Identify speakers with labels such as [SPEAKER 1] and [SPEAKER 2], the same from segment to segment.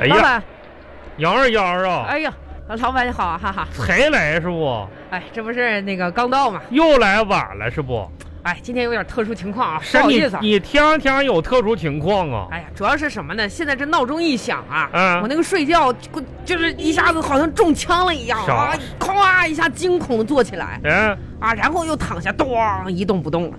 [SPEAKER 1] 哎
[SPEAKER 2] 老
[SPEAKER 1] 呀，
[SPEAKER 2] 板，
[SPEAKER 1] 杨二丫儿啊，
[SPEAKER 2] 哎呀，老板你好啊，哈哈。
[SPEAKER 1] 才来是不？
[SPEAKER 2] 哎，这不是那个刚到嘛？
[SPEAKER 1] 又来晚了是不？
[SPEAKER 2] 哎，今天有点特殊情况啊，不
[SPEAKER 1] 是
[SPEAKER 2] 好
[SPEAKER 1] 你
[SPEAKER 2] 意思啊。
[SPEAKER 1] 你天天有特殊情况啊？
[SPEAKER 2] 哎呀，主要是什么呢？现在这闹钟一响啊，
[SPEAKER 1] 嗯
[SPEAKER 2] 我那个睡觉咕就是一下子好像中枪了一样
[SPEAKER 1] 啥
[SPEAKER 2] 啊，咵一下惊恐的坐起来
[SPEAKER 1] 哎，
[SPEAKER 2] 啊，然后又躺下，咣一动不动了。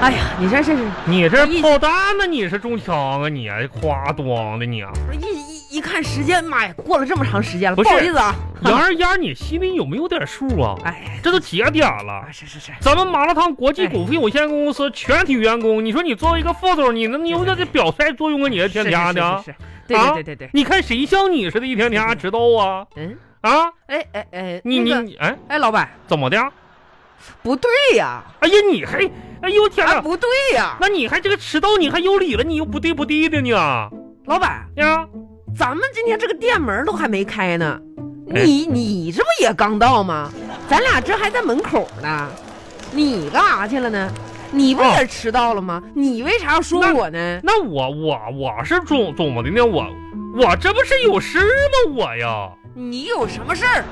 [SPEAKER 2] 哎呀，你这这是
[SPEAKER 1] 你这
[SPEAKER 2] 一
[SPEAKER 1] 炮弹呢？你是中枪啊？你夸咣的你啊！
[SPEAKER 2] 一一一看时间，妈呀，过了这么长时间了，
[SPEAKER 1] 不
[SPEAKER 2] 不
[SPEAKER 1] 是
[SPEAKER 2] 好意思啊。
[SPEAKER 1] 杨二丫，你心里有没有点数啊？
[SPEAKER 2] 哎，
[SPEAKER 1] 这都几点了
[SPEAKER 2] 啊，？是是是，
[SPEAKER 1] 咱们麻辣烫国际股份有限公司全体员工，你说你作为一个副总，你能有点这表率作用啊？你这天
[SPEAKER 2] 是
[SPEAKER 1] 天的
[SPEAKER 2] 是
[SPEAKER 1] 啊
[SPEAKER 2] 是，是，对对对对对，
[SPEAKER 1] 你看谁像你似的，一天天还迟到啊？
[SPEAKER 2] 嗯，
[SPEAKER 1] 啊，
[SPEAKER 2] 哎哎哎，
[SPEAKER 1] 你
[SPEAKER 2] 那
[SPEAKER 1] 你
[SPEAKER 2] 个
[SPEAKER 1] 你哎，
[SPEAKER 2] 哎，老板
[SPEAKER 1] 怎么的？啊
[SPEAKER 2] 不对呀，
[SPEAKER 1] 哎呀，你还，哎呦天
[SPEAKER 2] 啊
[SPEAKER 1] 哪！
[SPEAKER 2] 不对呀，
[SPEAKER 1] 那你还这个迟到，你还有理了，你又不对不对的呢？
[SPEAKER 2] 老板，
[SPEAKER 1] 呀，
[SPEAKER 2] 咱们今天这个店门都还没开呢，
[SPEAKER 1] 哎
[SPEAKER 2] 你你这不也刚到吗？咱俩这还在门口呢，你干啥去了呢？你不
[SPEAKER 1] 哦
[SPEAKER 2] 也迟到了吗？你为啥要说
[SPEAKER 1] 那
[SPEAKER 2] 我呢？
[SPEAKER 1] 那我我我是总怎么的呢？我我这不是有事儿吗？我呀，
[SPEAKER 2] 你有什么事儿？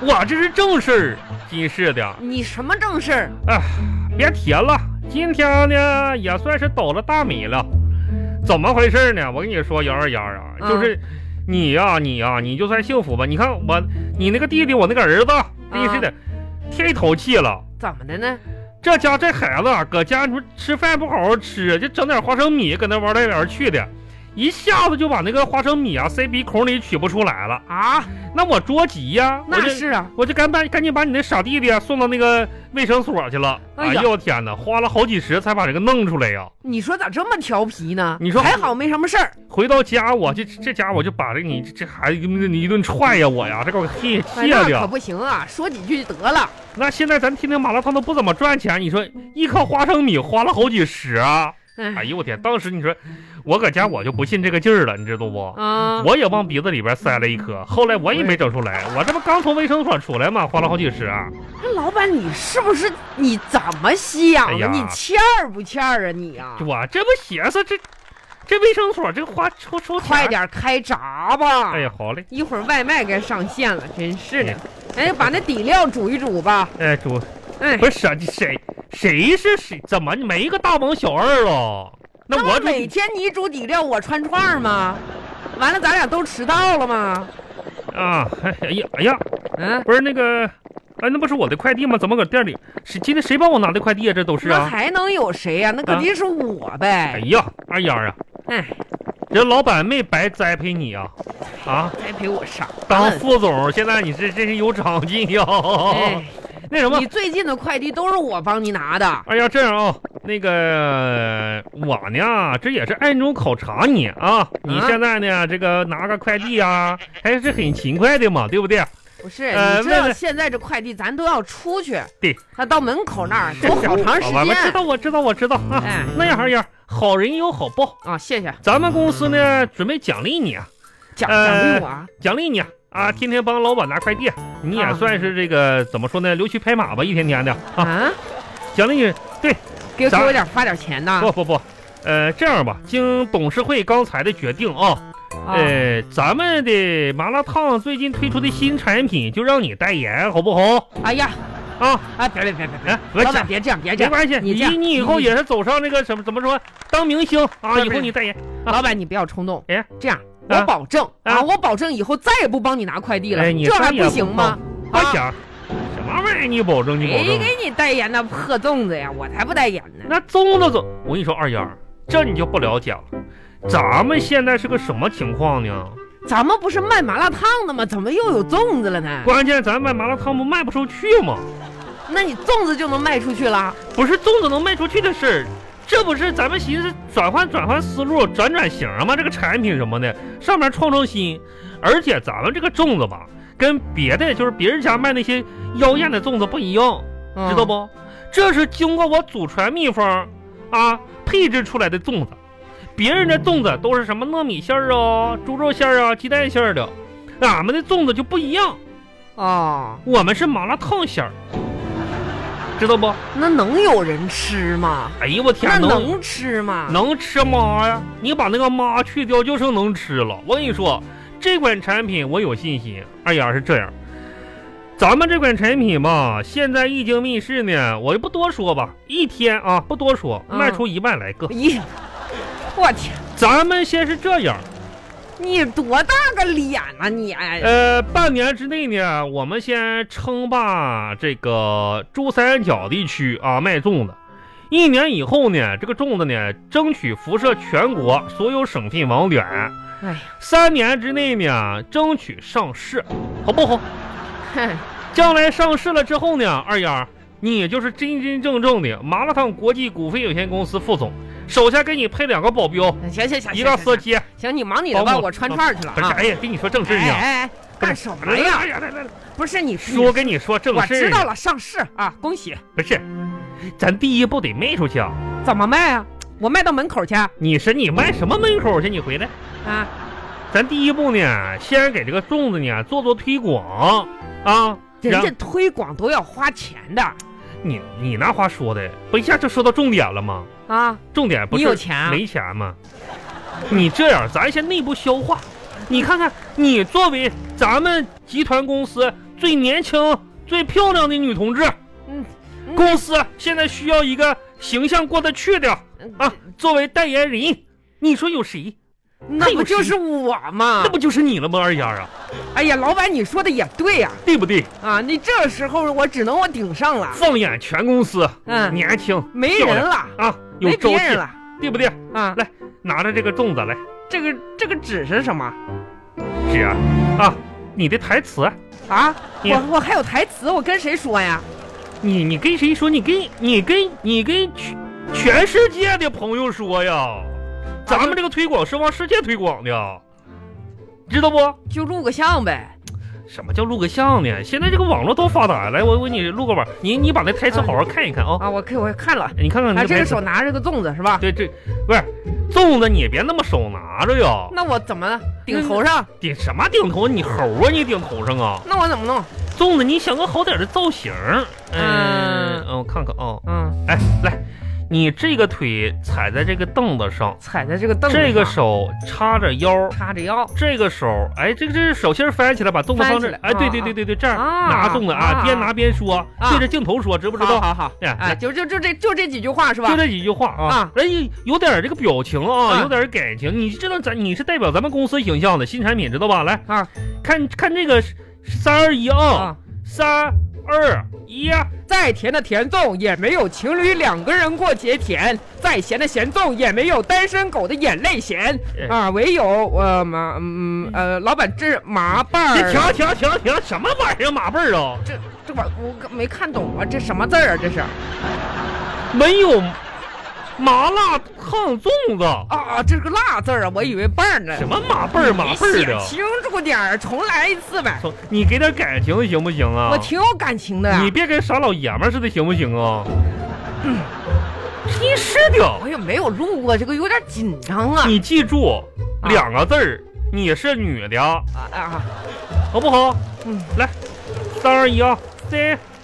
[SPEAKER 1] 我这是正事儿，真是的。
[SPEAKER 2] 你什么正事儿？
[SPEAKER 1] 哎，别提了，今天呢也算是倒了大霉了。怎么回事呢？我跟你说，幺二幺啊，
[SPEAKER 2] 嗯
[SPEAKER 1] 就是你呀、你呀、你就算幸福吧。你看我，你那个弟弟，我那个儿子，真是的，太淘气了。
[SPEAKER 2] 怎么的呢？
[SPEAKER 1] 这家这孩子啊搁家你说吃饭不好好吃，就整点花生米搁那玩来玩去的，一下子就把那个花生米啊塞鼻孔里取不出来了。
[SPEAKER 2] 啊，
[SPEAKER 1] 那我着急呀、我
[SPEAKER 2] 那
[SPEAKER 1] 就是
[SPEAKER 2] 啊，
[SPEAKER 1] 我就赶把赶紧把你那傻弟弟啊送到那个卫生所去了。
[SPEAKER 2] 哎
[SPEAKER 1] 哎
[SPEAKER 2] 呀
[SPEAKER 1] 呦我天哪，花了好几十才把这个弄出来呀、
[SPEAKER 2] 你说咋这么调皮呢？
[SPEAKER 1] 你说
[SPEAKER 2] 还好没什么事儿。
[SPEAKER 1] 回到家我这这家我就把这你这这孩子你一顿踹呀我呀，这给我气
[SPEAKER 2] 哎
[SPEAKER 1] 气
[SPEAKER 2] 那
[SPEAKER 1] 的。
[SPEAKER 2] 可不行啊，说几句得了。
[SPEAKER 1] 那现在咱天天麻辣烫都不怎么赚钱，你说一颗花生米花了好几十啊！哎
[SPEAKER 2] 哎，
[SPEAKER 1] 呦我天，当时你说我搁家我就不信这个劲儿了，你知道不？
[SPEAKER 2] 啊，
[SPEAKER 1] 我也往鼻子里边塞了一颗，后来我也没整出来，我这不刚从卫生所出来嘛，花了好几十啊。
[SPEAKER 2] 那老板，你是不是你怎么想
[SPEAKER 1] 哎
[SPEAKER 2] 的？
[SPEAKER 1] 呀
[SPEAKER 2] 你欠儿不欠儿啊你啊？
[SPEAKER 1] 我这不寻思这这卫生所这花抽抽
[SPEAKER 2] 快
[SPEAKER 1] 点
[SPEAKER 2] 点开闸吧！
[SPEAKER 1] 儿！哎呀，好嘞，
[SPEAKER 2] 一会儿外卖该上线了，真是的
[SPEAKER 1] 哎。
[SPEAKER 2] 哎，把那底料煮一煮吧。
[SPEAKER 1] 哎主
[SPEAKER 2] 哎，
[SPEAKER 1] 不是谁谁谁是谁？怎么你没一个大帮小二了？那
[SPEAKER 2] 那
[SPEAKER 1] 我
[SPEAKER 2] 不每
[SPEAKER 1] 主
[SPEAKER 2] 天你煮底料，我穿串儿吗？完了，咱俩都迟到了吗？
[SPEAKER 1] 啊！哎呀哎呀，
[SPEAKER 2] 嗯，
[SPEAKER 1] 不是那个，哎，那不是我的快递吗？怎么搁店里？谁今天谁帮我拿的快递啊？这都是
[SPEAKER 2] 那
[SPEAKER 1] 啊！
[SPEAKER 2] 还能有谁呀、那肯定是我
[SPEAKER 1] 哎
[SPEAKER 2] 呗。
[SPEAKER 1] 呀，二丫啊，
[SPEAKER 2] 哎，
[SPEAKER 1] 人老板没白栽培你啊！啊，
[SPEAKER 2] 栽培我啥？
[SPEAKER 1] 当副总，现在你这真是有长进呀！
[SPEAKER 2] 哎，
[SPEAKER 1] 那什么
[SPEAKER 2] 你，最近的快递都是我帮你拿的。
[SPEAKER 1] 哎呀，这样啊、那个我呢，这也是暗中考察你啊。你现在呢，这个拿个快递啊，还是很勤快的嘛，对不对？
[SPEAKER 2] 不是，
[SPEAKER 1] 呃
[SPEAKER 2] 你知道
[SPEAKER 1] 问
[SPEAKER 2] 现在这快递咱都要出去，
[SPEAKER 1] 对，
[SPEAKER 2] 他到门口那儿走好长时
[SPEAKER 1] 好吧我知
[SPEAKER 2] 间。
[SPEAKER 1] 道，我知道，我知道啊。
[SPEAKER 2] 哎，
[SPEAKER 1] 那样二样，好人有好报。
[SPEAKER 2] 啊，谢谢，
[SPEAKER 1] 咱们公司呢，准备奖励你，啊，
[SPEAKER 2] 奖
[SPEAKER 1] 呃
[SPEAKER 2] 奖励我啊。
[SPEAKER 1] 奖励你啊啊，天天帮老板拿快递，你也
[SPEAKER 2] 啊
[SPEAKER 1] 算是这个怎么说呢，溜须拍马吧，一天天的啊。
[SPEAKER 2] 啊，
[SPEAKER 1] 奖励你，对，
[SPEAKER 2] 给给
[SPEAKER 1] 咱哦
[SPEAKER 2] 我点发点钱呐。
[SPEAKER 1] 不不不，呃，这样吧，经董事会刚才的决定啊。
[SPEAKER 2] 啊
[SPEAKER 1] 呃，咱们的麻辣烫最近推出的新产品，就让你代言，好不好？
[SPEAKER 2] 哎呀，
[SPEAKER 1] 啊，
[SPEAKER 2] 哎，别别别别
[SPEAKER 1] 哎，
[SPEAKER 2] 别，老板
[SPEAKER 1] 讲
[SPEAKER 2] 别这样，别这
[SPEAKER 1] 没
[SPEAKER 2] 样，
[SPEAKER 1] 关系，
[SPEAKER 2] 你这样
[SPEAKER 1] 你以后也是走上那个什么怎么说，当明星啊，
[SPEAKER 2] 不是
[SPEAKER 1] 以
[SPEAKER 2] 不
[SPEAKER 1] 后
[SPEAKER 2] 是
[SPEAKER 1] 你代言，啊
[SPEAKER 2] 老板你不要冲动。
[SPEAKER 1] 哎，
[SPEAKER 2] 这样，
[SPEAKER 1] 啊
[SPEAKER 2] 我保证
[SPEAKER 1] 啊
[SPEAKER 2] 啊，我保证以后再也不帮你拿快递了
[SPEAKER 1] 哎，你
[SPEAKER 2] 这还
[SPEAKER 1] 再也
[SPEAKER 2] 不行吗？
[SPEAKER 1] 不
[SPEAKER 2] 啊，哎
[SPEAKER 1] 想什么玩意儿？你保证，你保
[SPEAKER 2] 谁
[SPEAKER 1] 证。
[SPEAKER 2] 给你代言那破粽子呀？我才不代言呢。
[SPEAKER 1] 那粽子总，我跟你说，二丫，这你就不了解了。咱们现在是个什么情况呢？
[SPEAKER 2] 咱们不是卖麻辣烫的吗？怎么又有粽子了呢？
[SPEAKER 1] 关键咱卖麻辣烫不卖不出去吗？
[SPEAKER 2] 那你粽子就能卖出去了？
[SPEAKER 1] 不是粽子能卖出去的事儿，这不是咱们寻思转换转换思路、转转型吗？这个产品什么的，上面创创新，而且咱们这个粽子吧，跟别的就是别人家卖那些妖艳的粽子不一样，
[SPEAKER 2] 嗯
[SPEAKER 1] 知道？不？这是经过我祖传秘方啊配制出来的粽子，别人的粽子都是什么糯米馅儿啊、猪肉馅儿啊、鸡蛋馅儿的，俺们的粽子就不一样，
[SPEAKER 2] 哦，
[SPEAKER 1] 我们是麻辣烫馅儿。知道不？
[SPEAKER 2] 那能有人吃吗？
[SPEAKER 1] 哎呦我
[SPEAKER 2] 那
[SPEAKER 1] 天，能
[SPEAKER 2] 能吃吗？
[SPEAKER 1] 能吃妈呀！你把那个妈去掉，就剩能吃了。我跟你说，这款产品我有信心。二丫是这样，咱们这款产品吧，现在一经面世呢，我就不多说吧，一天啊不多说，
[SPEAKER 2] 嗯
[SPEAKER 1] 卖出一万来个。
[SPEAKER 2] 咦，我天，
[SPEAKER 1] 咱们先是这样，
[SPEAKER 2] 你多大个脸呐、你？哎
[SPEAKER 1] 呃，半年之内呢，我们先称霸这个珠三角地区啊，卖粽子。一年以后呢，这个粽子呢，争取辐射全国所有省份网点。
[SPEAKER 2] 哎呀，
[SPEAKER 1] 三年之内呢，争取上市，好不好？
[SPEAKER 2] 哼
[SPEAKER 1] 将来上市了之后呢，二丫，你就是真真正正的麻辣烫国际股份有限公司副总，手下给你配两个保镖，
[SPEAKER 2] 行行行，
[SPEAKER 1] 一个
[SPEAKER 2] 行
[SPEAKER 1] 司，机。
[SPEAKER 2] 行行，你忙你的吧，
[SPEAKER 1] 保姆
[SPEAKER 2] 我穿串去了
[SPEAKER 1] 不是，
[SPEAKER 2] 啊。
[SPEAKER 1] 哎呀，跟你说正事
[SPEAKER 2] 哎
[SPEAKER 1] 儿呢。
[SPEAKER 2] 哎哎，干什么
[SPEAKER 1] 来
[SPEAKER 2] 呀？
[SPEAKER 1] 哎呀，来来来，
[SPEAKER 2] 不是你
[SPEAKER 1] 说，跟你说正
[SPEAKER 2] 我
[SPEAKER 1] 事
[SPEAKER 2] 知
[SPEAKER 1] 儿
[SPEAKER 2] 道
[SPEAKER 1] 呢。
[SPEAKER 2] 了，上市啊，恭喜！
[SPEAKER 1] 不是，咱第一步得卖出去啊！
[SPEAKER 2] 怎么卖啊？我卖到门口去啊？
[SPEAKER 1] 你是你卖什么门口去？你回来，
[SPEAKER 2] 啊
[SPEAKER 1] 咱第一步呢，先给这个粽子呢做做推广啊。
[SPEAKER 2] 人家
[SPEAKER 1] 然
[SPEAKER 2] 推广都要花钱的
[SPEAKER 1] 你你那话说的，不一下就说到重点了吗？
[SPEAKER 2] 啊！
[SPEAKER 1] 重点不
[SPEAKER 2] 你
[SPEAKER 1] 是
[SPEAKER 2] 有钱啊？
[SPEAKER 1] 没钱吗？你这样，咱先内部消化。你看看，你作为咱们集团公司最年轻、最漂亮的女同志，
[SPEAKER 2] 嗯嗯
[SPEAKER 1] 公司现在需要一个形象过得去的
[SPEAKER 2] 嗯
[SPEAKER 1] 啊，作为代言人，你说有谁？
[SPEAKER 2] 那不就是我吗
[SPEAKER 1] 那？不就是你了吗？二丫啊，
[SPEAKER 2] 哎呀，老板，你说的也对呀、
[SPEAKER 1] 对不对？
[SPEAKER 2] 啊！你这时候我只能我顶上了，
[SPEAKER 1] 放眼全公司，
[SPEAKER 2] 嗯
[SPEAKER 1] 年轻
[SPEAKER 2] 没
[SPEAKER 1] 漂
[SPEAKER 2] 人
[SPEAKER 1] 亮
[SPEAKER 2] 了，
[SPEAKER 1] 啊，有
[SPEAKER 2] 没
[SPEAKER 1] 朝
[SPEAKER 2] 别人
[SPEAKER 1] 气，
[SPEAKER 2] 了
[SPEAKER 1] 对不对？
[SPEAKER 2] 啊！
[SPEAKER 1] 拿着这个粽子来，
[SPEAKER 2] 这个这个纸是什么
[SPEAKER 1] 姐啊，你的台词，
[SPEAKER 2] 啊？
[SPEAKER 1] 你
[SPEAKER 2] 我我还有台词，我跟谁说呀？
[SPEAKER 1] 你你跟谁说？你跟你跟你跟全全世界的朋友说呀，咱
[SPEAKER 2] 啊
[SPEAKER 1] 们这个推广是往世界推广的，知道不？
[SPEAKER 2] 就录个像呗。
[SPEAKER 1] 什么叫录个像呢？现在这个网络多发达，来，我我给你录个吧，你你把那台词好好看一看啊、哎
[SPEAKER 2] 啊，我看我看了，
[SPEAKER 1] 你看看
[SPEAKER 2] 啊，
[SPEAKER 1] 那
[SPEAKER 2] 这
[SPEAKER 1] 台
[SPEAKER 2] 个
[SPEAKER 1] 词，
[SPEAKER 2] 手拿着个粽子是吧？
[SPEAKER 1] 对对，不是粽子，你别那么手拿着呀，
[SPEAKER 2] 那我怎么顶头上？
[SPEAKER 1] 顶什么顶头？你猴啊，你顶头上啊？
[SPEAKER 2] 那我怎么弄？
[SPEAKER 1] 粽子，你想个好点的造型儿，嗯
[SPEAKER 2] 嗯，
[SPEAKER 1] 嗯我看看啊、
[SPEAKER 2] 嗯，
[SPEAKER 1] 哎，来，你这个腿踩在这个凳子上。
[SPEAKER 2] 踩在这个凳子上，
[SPEAKER 1] 这个手叉着腰，
[SPEAKER 2] 叉着腰，
[SPEAKER 1] 这个手，哎，这个这是手心儿翻起来，把粽子
[SPEAKER 2] 翻
[SPEAKER 1] 放这
[SPEAKER 2] 起
[SPEAKER 1] 里
[SPEAKER 2] 来，
[SPEAKER 1] 哎，对
[SPEAKER 2] 啊
[SPEAKER 1] 对对对对，这样
[SPEAKER 2] 啊
[SPEAKER 1] 拿粽子啊，
[SPEAKER 2] 啊
[SPEAKER 1] 边拿边说，
[SPEAKER 2] 啊
[SPEAKER 1] 对着镜头说，知不知
[SPEAKER 2] 好
[SPEAKER 1] 道？
[SPEAKER 2] 好好，
[SPEAKER 1] 哎
[SPEAKER 2] 哎，就就就这就这几句话是吧
[SPEAKER 1] 就？这几句话啊
[SPEAKER 2] 啊，
[SPEAKER 1] 人家有点这个表情啊，
[SPEAKER 2] 啊
[SPEAKER 1] 有点感情，你知道咱你是代表咱们公司形象的新产品，知道吧？来
[SPEAKER 2] 啊，
[SPEAKER 1] 看看这个三二一啊，
[SPEAKER 2] 啊，
[SPEAKER 1] 三二一，啊
[SPEAKER 2] 再甜的甜粽也没有情侣两个人过节甜，再咸的咸粽也没有单身狗的眼泪咸
[SPEAKER 1] 哎
[SPEAKER 2] 啊，唯有呃麻嗯呃，老板这麻瓣
[SPEAKER 1] 这停
[SPEAKER 2] 儿，啊
[SPEAKER 1] 停停停，什么玩意儿马背儿啊？
[SPEAKER 2] 这这玩我没看懂啊，这什么字儿啊？这是
[SPEAKER 1] 没有麻辣烫粽子，
[SPEAKER 2] 啊，这个辣字儿啊，我以为瓣儿呢。
[SPEAKER 1] 什么马背儿马背儿啊
[SPEAKER 2] 你
[SPEAKER 1] 的
[SPEAKER 2] 写。清楚点儿，重来一次呗。
[SPEAKER 1] 操你给点感情行不行啊？
[SPEAKER 2] 我挺有感情的呀。嗯
[SPEAKER 1] 你别跟傻老爷们儿似的，行不行啊？真是的，
[SPEAKER 2] 哎呀，没有录过这个，有点紧张啊。
[SPEAKER 1] 你记住
[SPEAKER 2] 啊
[SPEAKER 1] 两个字儿，你是女的，
[SPEAKER 2] 啊啊，
[SPEAKER 1] 好不好？
[SPEAKER 2] 嗯，
[SPEAKER 1] 来，三二一啊，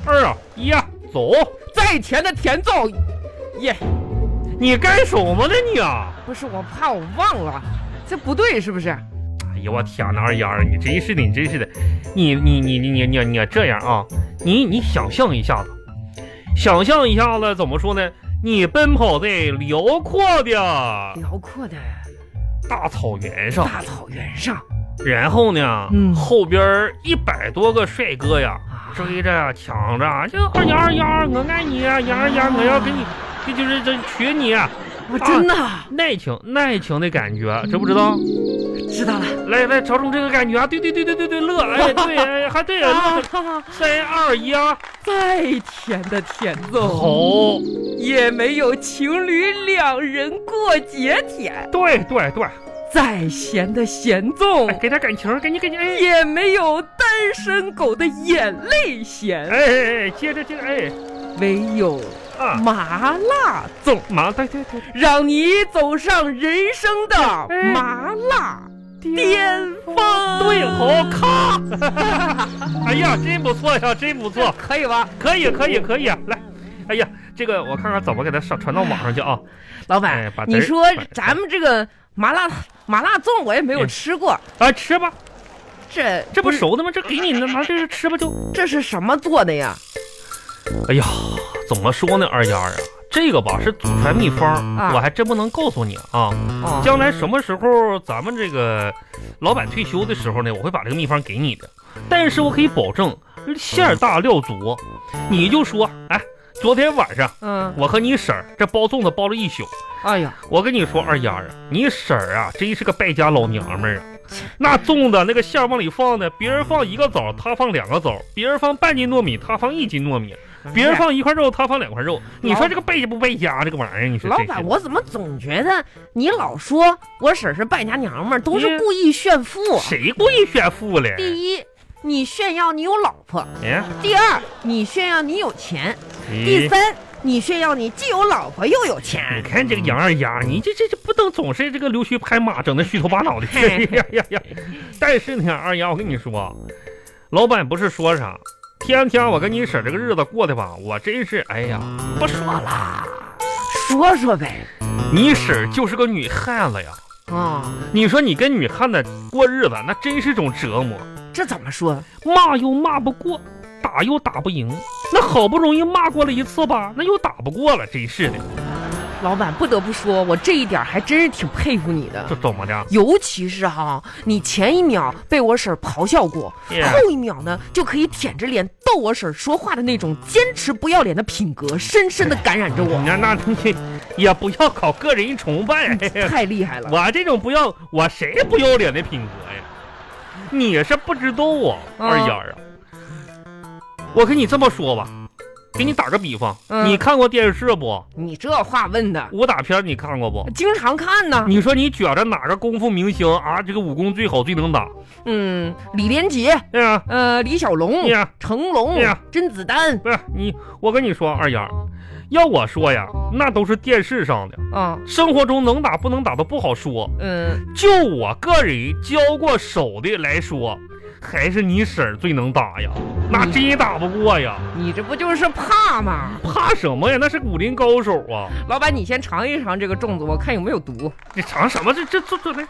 [SPEAKER 1] 三二一啊，走！
[SPEAKER 2] 再甜的甜粽，耶，
[SPEAKER 1] 你干什么呢你啊？
[SPEAKER 2] 不是我怕我忘了，这不对是不是？
[SPEAKER 1] 哎呀，我天哪，二丫儿，你真是的，你真是的，你你你你你你你这样啊，你你想象一下子，想象一下子怎么说呢？你奔跑在辽阔的
[SPEAKER 2] 辽阔的
[SPEAKER 1] 大草原上，
[SPEAKER 2] 大草原上
[SPEAKER 1] 然后呢，
[SPEAKER 2] 嗯
[SPEAKER 1] 后边一百多个帅哥呀，
[SPEAKER 2] 啊，
[SPEAKER 1] 追着呀抢着啊，就二丫二丫，我爱你呀，丫儿丫，我要跟你，这就是这娶你啊，
[SPEAKER 2] 我真的
[SPEAKER 1] 爱情爱情的感觉，知不知道？
[SPEAKER 2] 知道了。
[SPEAKER 1] 来来，找找这个感觉啊，对对对对对对，乐，哎对，哎还对，乐，
[SPEAKER 2] 啊，
[SPEAKER 1] 三二一啊，
[SPEAKER 2] 再甜的甜粽
[SPEAKER 1] 好，
[SPEAKER 2] 也没有情侣两人过节甜，
[SPEAKER 1] 对对对，
[SPEAKER 2] 再咸的咸
[SPEAKER 1] 哎
[SPEAKER 2] 粽
[SPEAKER 1] 给点感情，赶紧赶紧，哎
[SPEAKER 2] 也没有单身狗的眼泪咸。
[SPEAKER 1] 哎哎哎，接着接着，哎
[SPEAKER 2] 唯有
[SPEAKER 1] 啊，
[SPEAKER 2] 麻辣粽，
[SPEAKER 1] 马对对对，
[SPEAKER 2] 让你走上人生的麻辣巅峰。
[SPEAKER 1] 哎对好，咔，哎呀，真不错呀，真不错。
[SPEAKER 2] 可以吧？
[SPEAKER 1] 可以，可以，可以，来，哎呀，这个我看看怎么给它上传到网上去啊！
[SPEAKER 2] 老板，
[SPEAKER 1] 哎，把
[SPEAKER 2] 你
[SPEAKER 1] 籽儿
[SPEAKER 2] 说
[SPEAKER 1] 把
[SPEAKER 2] 咱们这个麻辣麻辣粽我也没有
[SPEAKER 1] 嗯
[SPEAKER 2] 吃过，
[SPEAKER 1] 啊吃吧，
[SPEAKER 2] 这
[SPEAKER 1] 这不
[SPEAKER 2] 是
[SPEAKER 1] 熟的吗？这给你拿拿这个吃吧就。
[SPEAKER 2] 这是什么做的呀？
[SPEAKER 1] 哎呀，怎么说呢，二丫啊，这个吧是祖传秘方，
[SPEAKER 2] 啊
[SPEAKER 1] 我还真不能告诉你啊。
[SPEAKER 2] 哦，
[SPEAKER 1] 将来什么时候咱们这个老板退休的时候呢，我会把这个秘方给你的。但是我可以保证，馅儿大料足。你就说，哎，昨天晚上
[SPEAKER 2] 嗯，
[SPEAKER 1] 我和你婶儿这包粽子包了一宿。
[SPEAKER 2] 哎呀，
[SPEAKER 1] 我跟你说，二丫啊，你婶儿啊，真是个败家老娘们儿啊。那粽子那个馅儿往里放呢，别人放一个枣，她放两个枣；别人放半斤糯米，她放一斤糯米；
[SPEAKER 2] 哎
[SPEAKER 1] 别人放一块肉，她放两块肉。你说这个败家不败家？这个玩意儿，你说
[SPEAKER 2] 老
[SPEAKER 1] 真是
[SPEAKER 2] 板，我怎么总觉得你老说我婶儿是败家娘们儿，都是故意炫富？
[SPEAKER 1] 谁故意炫富了？
[SPEAKER 2] 第一，你炫耀你有老婆；
[SPEAKER 1] 哎
[SPEAKER 2] 第二，你炫耀你有钱；第
[SPEAKER 1] 咦
[SPEAKER 2] 三，你炫耀你既有老婆又有
[SPEAKER 1] 你
[SPEAKER 2] 钱。
[SPEAKER 1] 看这个杨二丫，你这这这不能总是这个溜须拍马，整的虚头巴脑的。哎
[SPEAKER 2] 嘿
[SPEAKER 1] 呀呀呀！但是呢，二丫，我跟你说，老板不是说啥，天天我跟你婶儿这个日子过的吧，我真是哎呀，不说了，
[SPEAKER 2] 说说呗，
[SPEAKER 1] 你婶儿就是个女汉子呀。
[SPEAKER 2] 啊、
[SPEAKER 1] 你说你跟女汉子过日子，那真是种折磨，
[SPEAKER 2] 这怎么说？
[SPEAKER 1] 骂又骂不过，打又打不赢。那好不容易骂过了一次吧，那又打不过了，真是的，
[SPEAKER 2] 老板不得不说，我这一点儿还真是挺佩服你的
[SPEAKER 1] 这。怎么的？
[SPEAKER 2] 尤其是哈，你前一秒被我婶儿咆哮过，
[SPEAKER 1] Yeah
[SPEAKER 2] 后一秒呢就可以舔着脸逗我婶儿说话的那种坚持不要脸的品格，深深的感染着 我，
[SPEAKER 1] 那那你也不要搞个人崇拜。
[SPEAKER 2] 太厉害了。
[SPEAKER 1] 我这种不要我谁不要脸的品格呀？你是不知道啊，
[SPEAKER 2] 嗯
[SPEAKER 1] 二丫啊！我跟你这么说吧，给你打个比方，
[SPEAKER 2] 嗯
[SPEAKER 1] 你看过电视不？
[SPEAKER 2] 你这话问的，
[SPEAKER 1] 武打片你看过不？
[SPEAKER 2] 经常看呢。
[SPEAKER 1] 你说你觉着哪个功夫明星啊，这个武功最好最能打？
[SPEAKER 2] 嗯，李连杰，
[SPEAKER 1] 哎呀，
[SPEAKER 2] 呃，李小龙
[SPEAKER 1] 哎，呀，
[SPEAKER 2] 成龙
[SPEAKER 1] 哎呀，
[SPEAKER 2] 甄子丹
[SPEAKER 1] 不是你，我跟你说，二丫，要我说呀，那都是电视上的，
[SPEAKER 2] 啊，
[SPEAKER 1] 生活中能打不能打都不好说。
[SPEAKER 2] 嗯，
[SPEAKER 1] 就我个人交过手的来说，还是你婶儿最能打呀，那真打不过呀，
[SPEAKER 2] 你这不就是怕吗？
[SPEAKER 1] 怕什么呀？那是武林高手啊！
[SPEAKER 2] 老板，你先尝一尝这个粽子，我看有没有毒。
[SPEAKER 1] 你尝什么？这这这这来，